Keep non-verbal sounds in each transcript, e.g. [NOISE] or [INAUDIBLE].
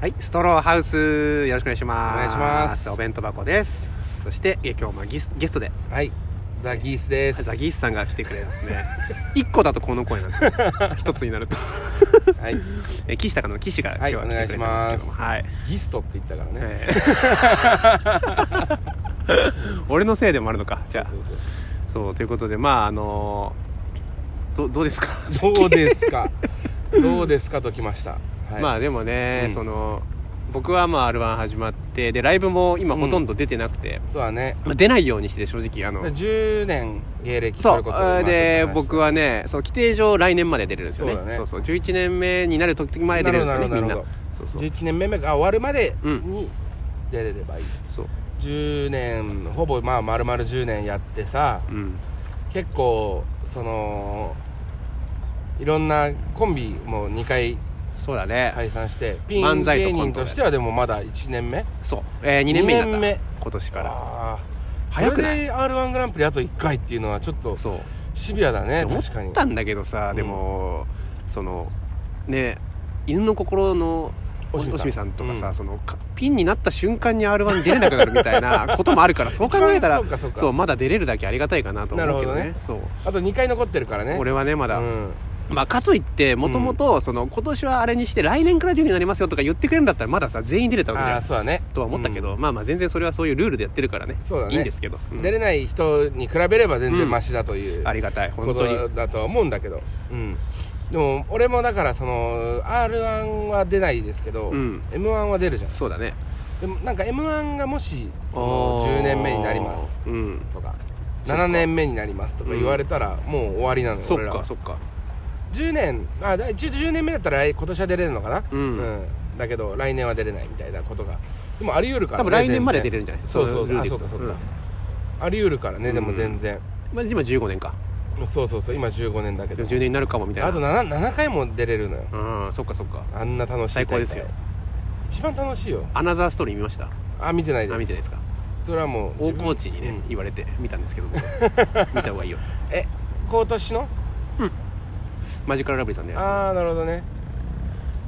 はい、ストローハウスよろしくお願いしますお願いしますお弁当箱ですそしてえ今日もゲスゲストではいザ・ギースですザギースさんが来てくれます [LAUGHS] ね一個だとこの声なんですよ一つになるとはいギえ岸高の岸が今日は来てくれてますけどもはい、ストって言ったからね、えー [LAUGHS] 俺のせいでもあるのかじゃあそうそうそうということでまああのーどどうですかそう [LAUGHS] どうで [LAUGHS] すかどうですかときました、はい、まあでもね、うんその僕はまあ r 1始まってでライブも今ほとんど出てなくて、そうだねまあ、出ないようにして正直あの10年芸歴それうこそで僕ははねそう規定上来年まで出れるんですよねそうだねそうそう11年目になる時まで出れるんですよねなみんるほどななるほどそうそう11年目が終わるまでうんに出れればいい、そう10年ほぼまあ丸々10年やってさうん結構そのいろんなコンビも2回そうだね、解散してピン漫才と芸コン人トでとしてはでもまだ1年目そう、えー、2年目になった二年今年からあー早くないそれで r 1グランプリあと1回っていうのはちょっとそうシビアだねって思確かっにたんだけどさ、でもそのね犬の心のおおしみさんしみさんとかさ、うんそのかピンになった瞬間に r 1出れなくなるみたいな [LAUGHS] こともあるからそう考えたら一番そうかそうかそうまだ出れるだけありがたいかなと思うけどねなるそうあと2回残ってるからね俺はねまだ、うんまあかといってもともとその今年はあれにして来年から順になりますよとか言ってくれるんだったらまださ全員出れたわけじあゃあんそうだねとは思ったけど、まあまあ全然それはそういうルールでやってるからねそうだねいいんですけど、ううんん出れない人に比べれば全うん然マシだというありがたいこ本当にとだとは思うんだけどうんでも俺もだからその r 1は出ないですけどうん m 1は出るじゃんそうだねでもなんか m 1がもしその10年目になりますうんとかそっか7年目になりますとか言われたらもう終わりなのよそ俺っらはかそっか10年あだ 10, 10年目だったら来今年は出れるのかなうんんだけど来年は出れないみたいなことがでもあり得るか多ら、分ね、来年まで出全然れるんじゃないそうそうルールあでいそうくとかそうか、あり得るからねでも全然、うんまあ、今15年かそうそうそう今15年だけど10年になるかもみたいなあと 7, 7回も出れるのようんそっかそっかあんな楽しい最高ですよ大会一番楽しいよアナザーストーリー見ましたあ見てないあで見すてないですかそれはもう大河自内分にね、うん言われて見たんですけど [LAUGHS] 僕見た方がいいよとえ今年のマジカルラブリーさんのやああなるほどね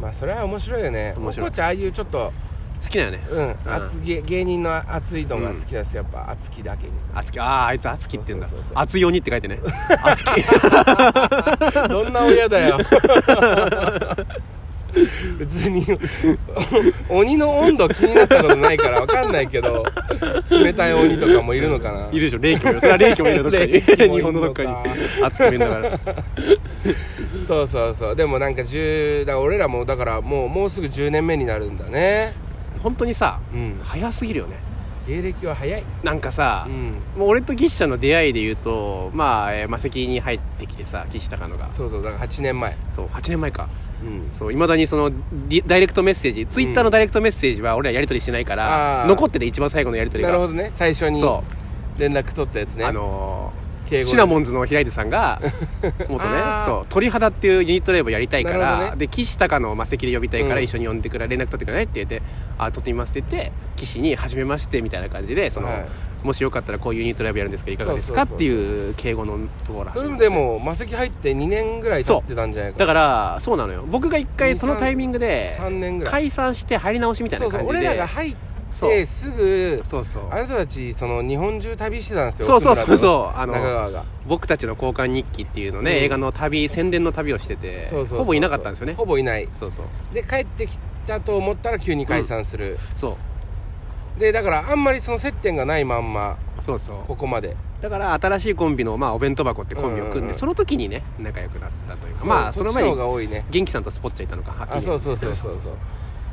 まあそれは面白いよね面白い大河内ああいうちょっとつ好きだよねうんん熱芸芸人の熱いのが好きですやっぱ熱きだけにあつきあああいつ熱きって言うんだそうそうそうそう熱い鬼って書いてね熱きどんな親だよ別に鬼の温度気になったことないからわかんないけど冷たい鬼とかもいるのかないるでしょ霊気もいるそれは霊気もいるよどっかに [LAUGHS] 霊気もいるのか日本のどっかに熱きもいるんだからそうそうそうでもなんか10だから俺らもだからもうもうすぐ10年目になるんだね本当にさうん早すぎるよね芸歴は早いなんかさ、うんもう俺と岸ちゃんの出会いで言うとまあ、えー、魔石に入ってきてさ岸高野がそうそうだから8年前そう8年前かうんそういまだにそのディダイレクトメッセージツイッターのダイレクトメッセージは俺らやり取りしてないから、あー残ってて一番最後のやり取りながるほどね最初にそ連絡取ったやつう、ねあの敬ー、語でシナモンズの平出さん [LAUGHS] が元ねあーそう鳥肌っていうユニットライブやりたいかなるほら、どねで岸高野を魔石で呼びたいからうん一緒に呼んでくれ、連絡取ってくれないって言って「あ撮ってみます」って言って岸に「はじめまして」みたいな感じでその、はいもしよかったらこういうユニットライブやるんですけどいかがですかそうそうそうっていう敬語のところそれもでも魔石入って2年ぐらい経ってたんじゃないかだなからそうなのよ僕が一回そのタイミングで3年ぐらい解散して入り直しみたいそなうそう感じ俺らでが入ってそすぐうそうそうあなたたちその日本中旅してたんですよそうそう奥村そうとそうあの中川が僕たちの交換日記っていうのね、うん映画の旅宣伝の旅をしててそうそうそうほぼいなかったんですよねほぼいないそうそうで帰ってきたと思ったら急に解散する、そうでだからあんまりその接点がないまんまそうそうここまでだから新しいコンビの、まあ、お弁当箱ってコンビを組んで、うんうんうんその時にね仲良くなったというかまあそっのち前方にが多いね元気さんとスポッチャいたのかはっきりあそうそうそうそうそう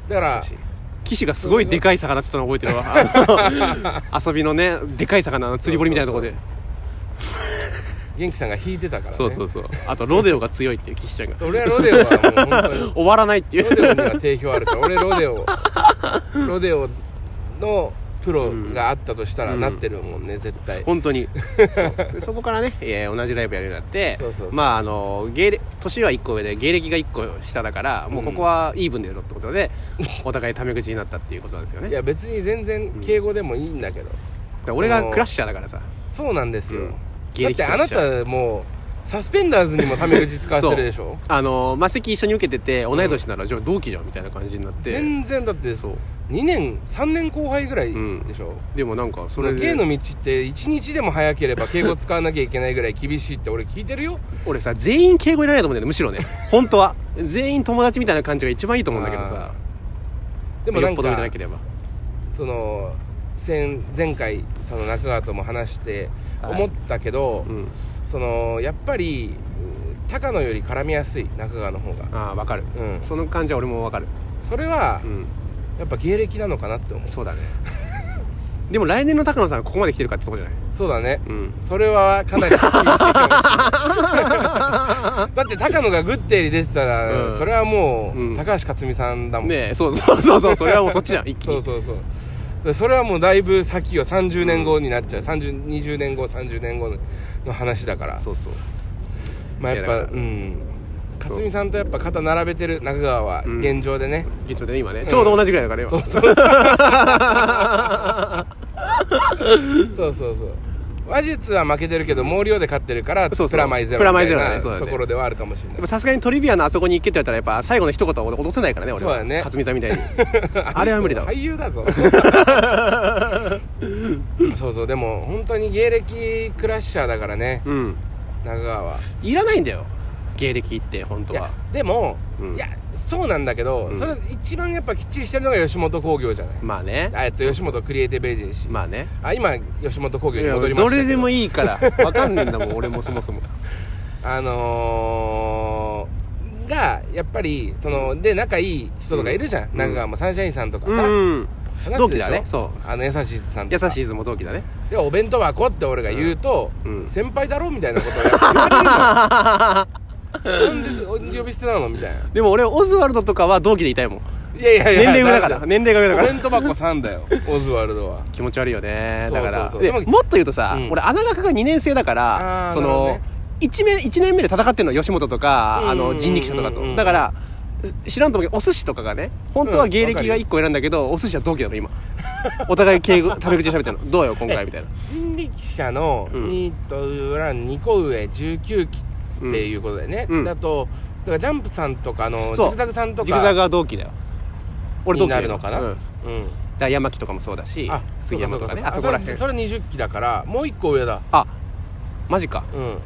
だかから岸がすごいでかい魚釣ったの覚えてるわあ [LAUGHS] の遊びのねでかい魚の釣り堀みたいなところで元気さんが引いてたから、ね、そうそうそうあとロデオが強いっていう岸ちゃんが俺はロデオはもう本当に終わらないっていロデうオには定評 [LAUGHS] あるから俺ロデオロデオのプロがあったとしたらうんなってるもんね、絶対本当に [LAUGHS] そうでそこからね、えー同じライブやるようになってそうそうそうまああの芸歴年は1個上で芸歴が1個下だからもうここはイーブンでやろうってこと [LAUGHS] で、お互いタメ口になったっていうことなんですよねいや別に全然敬語でもいいんだけど、だから俺がクラッシャーだからさそうなんですよ、うんだってあなたもうサスペンダーズにもタメ口使わせてるでしょあの魔石一緒に受けてて同い年ならじゃあ同期じゃんみたいな感じになって、全然だってそう2年3年後輩ぐらいでしょ、でもなんかそそれれで芸の道って1日でも早ければ敬語使わなきゃいけないぐらい厳しいって俺聞いてるよ俺さ全員敬語いらないと思うんだよねむしろ [LAUGHS] ね本当は全員友達みたいな感じが一番いいと思うんだけどさでもなよんっぽどじゃなかければその先前回その中川とも話してはい思ったけど、うんそのやっぱりうん高野より絡みやすい中川の方がああわかるうんそその感じは俺もわかるれはうんやっぱ芸歴なのかなって思うそうだ [LAUGHS] ねでも来年の高野さんはここまで来てるかってとこじゃないそうだねうんそれはかなり厳しいか [LAUGHS] もしれないだって高野がグッテリ出てたら、うんそれはもう、うん高橋克実さんだもんねえそう [LAUGHS] そうそうそうそれはもうそっちじゃん一気そうにそうそうでそれはもうだいぶ先よ30年後になっちゃう、30 20年後30年後の話だからそうそうまあやっいやぱだかうらん克実さんとやっぱ肩並べてる中川はうん現状でね、現状でね今ねちょうど同じぐらいだから今そうそう [LAUGHS] そうそうそう話術は負けてるけど毛量で勝ってるからそうそうプラマイゼロプラマイみゼロだたねいそうなだねところではあるかもしれでないもさすがにトリビアのあそこに行けって言われたらやっぱ最後の一言は落とせないからね俺はそうだね勝美さんみたい [LAUGHS] に [LAUGHS] あれは無理だわ俳優だぞ [LAUGHS] そうそうでも本当に芸歴クラッシャーだからねうん中川はいらないんだよ芸歴って本当いやはでも、うんいやそうなんだけど、うんそれ一番やっぱきっちりしてるのが吉本興業じゃない、まあねあえっと吉本クリエイティブエージェンシー、まあねあ今吉本興業いにや戻りましどたけどれでもいいからわかんねえんだもん俺もそもそ [LAUGHS] もあのーがやっぱりそので仲いい人とかいるじゃん、うん中川もサンシャインさんとかさ、うん話すでしょ同期だねそうあの優しいさんと優かしいズも同期だねでお弁当箱って俺が言うと、うんうん先輩だろみたいなことをやっぱ言われるじゃんなんで呼び捨てなのみたいなでも俺オズワルドとかは同期でいたいもんいやいやいや年齢上だからん年齢が上だおか弁ら当箱さんだよオズワルドは気持ち悪いよねそうだそうかそうらそうででももっと言うとさうん俺穴学が2年生だからあーそなるほどのね1年1年目で戦ってるのは吉本とかうんあの人力車とかうんとだから知らんと思うけどお寿司とかがね本当は芸歴が1個選んだけどお寿司は同期だの今お互い [LAUGHS] 敬語食べ口で喋ってるのどうよ今回みたいな人力車の、うんえーっと裏2個上19期っていうことだよね、うんだとだからジャンプさんとかあのジそうグザグさんとかジグザグは同期だよ俺同期だよになるのかなうんだうんから山木とかもそうだしあ杉山とかねそうあそこかそうからあそへれんそれ20期だからもう1個上だあマジかうん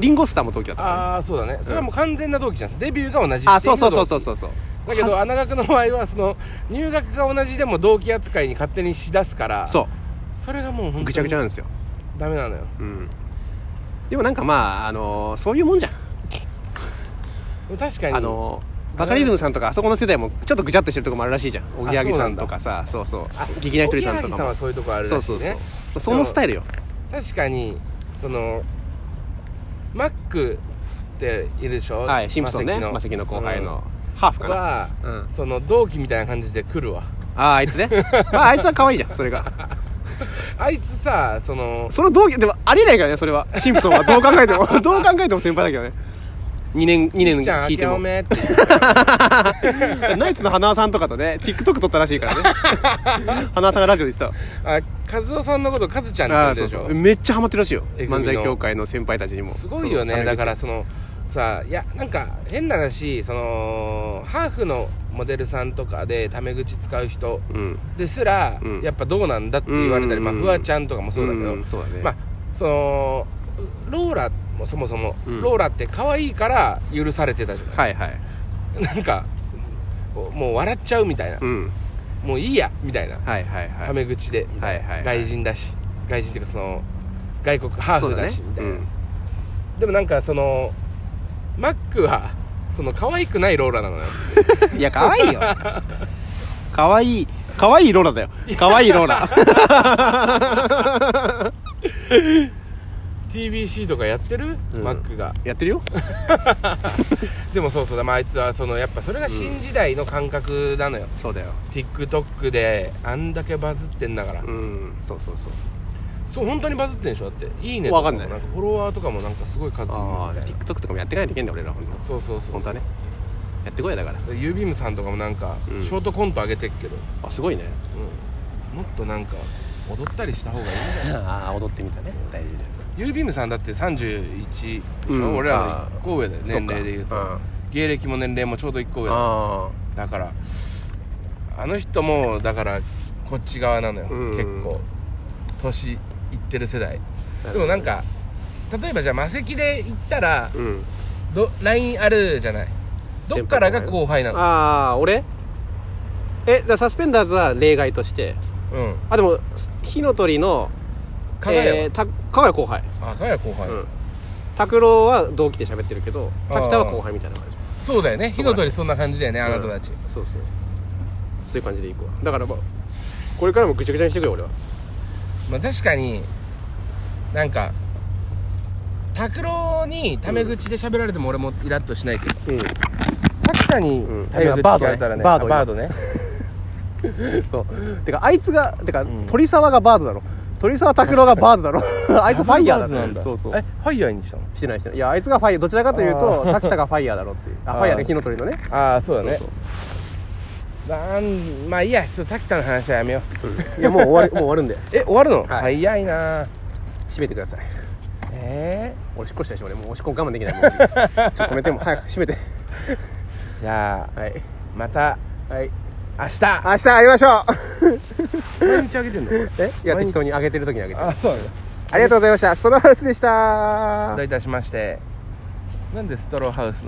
リンゴスターも同期だったからねああそうだねそれはもう完全な同期じゃんデビューが同じあそうそうそうそううそうそうだけど穴学の場合はその入学が同じでも同期扱いに勝手にしだすからそそれがもう本当うにぐちゃぐちゃなんですよダメなのようんでもなんかまあ、あのーそういうもんじゃん、確かにあのーバカリズムさんとかあそこの世代もちょっとぐちゃっとしてるとこもあるらしいじゃんおぎやはぎさんとかさそうそうあ劇団ひとりさんとおぎやはかもぎさんはそういうとこあるそらうしいそうそうねそのスタイルよ確かにそのマックっているでしょはいシンプソンねママセセキキのの後輩の、、ハーフうかんなは、うんその同期みたいな感じで来るわあああいつねまああいつは可愛いじゃんそれがあいつさそのその同期でもありえないからねそれはシンプソンはどう考えて [LAUGHS] もどう考えても先輩だけどね2年2年岸ちゃん聞いて明けおもめ [LAUGHS] ってナイツの花輪さんとかとね TikTok 撮ったらしいからね [LAUGHS] 花輪さんがラジオで言ってたわあ和夫さんのこと和ちゃんって言あうーそでうしそょうめっちゃハマってるらしいよえぐみの漫才協会の先輩たちにもすごいよそねのだからそのさいやなんか変な話そのハーフのモデルさんとかでタメ口使う人うんですら、うんやっぱどうなんだって言われたり、まあ、うんフワちゃんとかもそうだけど、んそうだねまあそのローラもそもそも、うんローラって可愛いから許されてたじゃはいはいないなんかおもう笑っちゃうみたいな、うんもういいやみたいなはいはいはいタメ口で、みたいなはいはいはい外人だし外人っていうかその外国ハーそうフだだねしみたいな、うんでもなんかそのマックはその可愛くないローラなのよいや可愛いよ可愛い可愛いローラだよ可愛いロー [LAUGHS] ラ TBC とかやってる、うんマックがやってるよでもそうそうだ、まあ、あいつはそのやっぱそれが新時代の感覚なのよ、そうだよ TikTok であんだけバズってんだから、うんそうそうそうそう本当にバズってんでしょだっていいねとわかかんもないなんかフォロワーとかもなんかすごい数いるみああたい TikTok とかもやっていかないといけんだよ俺ら本当なそうそうそう本当はねやってこいよだからでユービームさんとかもなんかシうんョートコント上げてっけど、あすご [LAUGHS] いねうんもっとなんか踊ったりした方がいいんじゃないああ踊ってみたね大事だよユービームさんだって31でしょ、うん俺らの1個上だよそっか年齢で言うと、ん芸歴も年齢もちょうど1個上だあだからあの人もだからこっち側なのよ、うん結構年いってる世代あでもなんか例えばじゃあ魔石で行ったらうんど LINE あるじゃないどっからが後輩なのああ俺えだからサスペンダーズは例外としてうんあでも火の鳥の加賀谷えーた加賀谷後輩はあ加賀谷後輩、うん拓郎は同期で喋ってるけどあー滝田は後輩みたいな感じそうだよねそ火うだねの鳥そんな感じだよねあなたたち、そうそうそういう感じでいくわだからまあこれからもぐちゃぐちゃにしていくよ俺はまあ確かになんか拓郎にタメ口で喋られても俺もイラッとしないけどう確かにうんタメ口バードね聞かれたらねバードあバードね [LAUGHS] んそうてかあいつがてか、うん鳥沢がバードだろ鳥沢拓郎がバードだ [LAUGHS] ろあいつファイヤーだバードなんだろそうそうえファイヤーにしたのしてないしてないいやあいつがファイヤーどちらかというとあー滝田がファイヤーだろっていうああーフ [LAUGHS] ァイヤーね火の鳥のねああそうだねそうなんまあいいやちょっと滝田の話はやめよういやもう終わりもう終わるんでえ終わるの、はい早いな閉めてくださいえ俺おしっこしたいし俺もうおしっこ我慢できないもうちょっと止めてもう早く閉めてえじゃあはいまたはい明日明日会いましょう毎日あげてんのこれえいや毎日適当に上げてる時に上げてるあそうなんだありがとうございましたストローハウスでしたどういたしましてなんでストローハウスの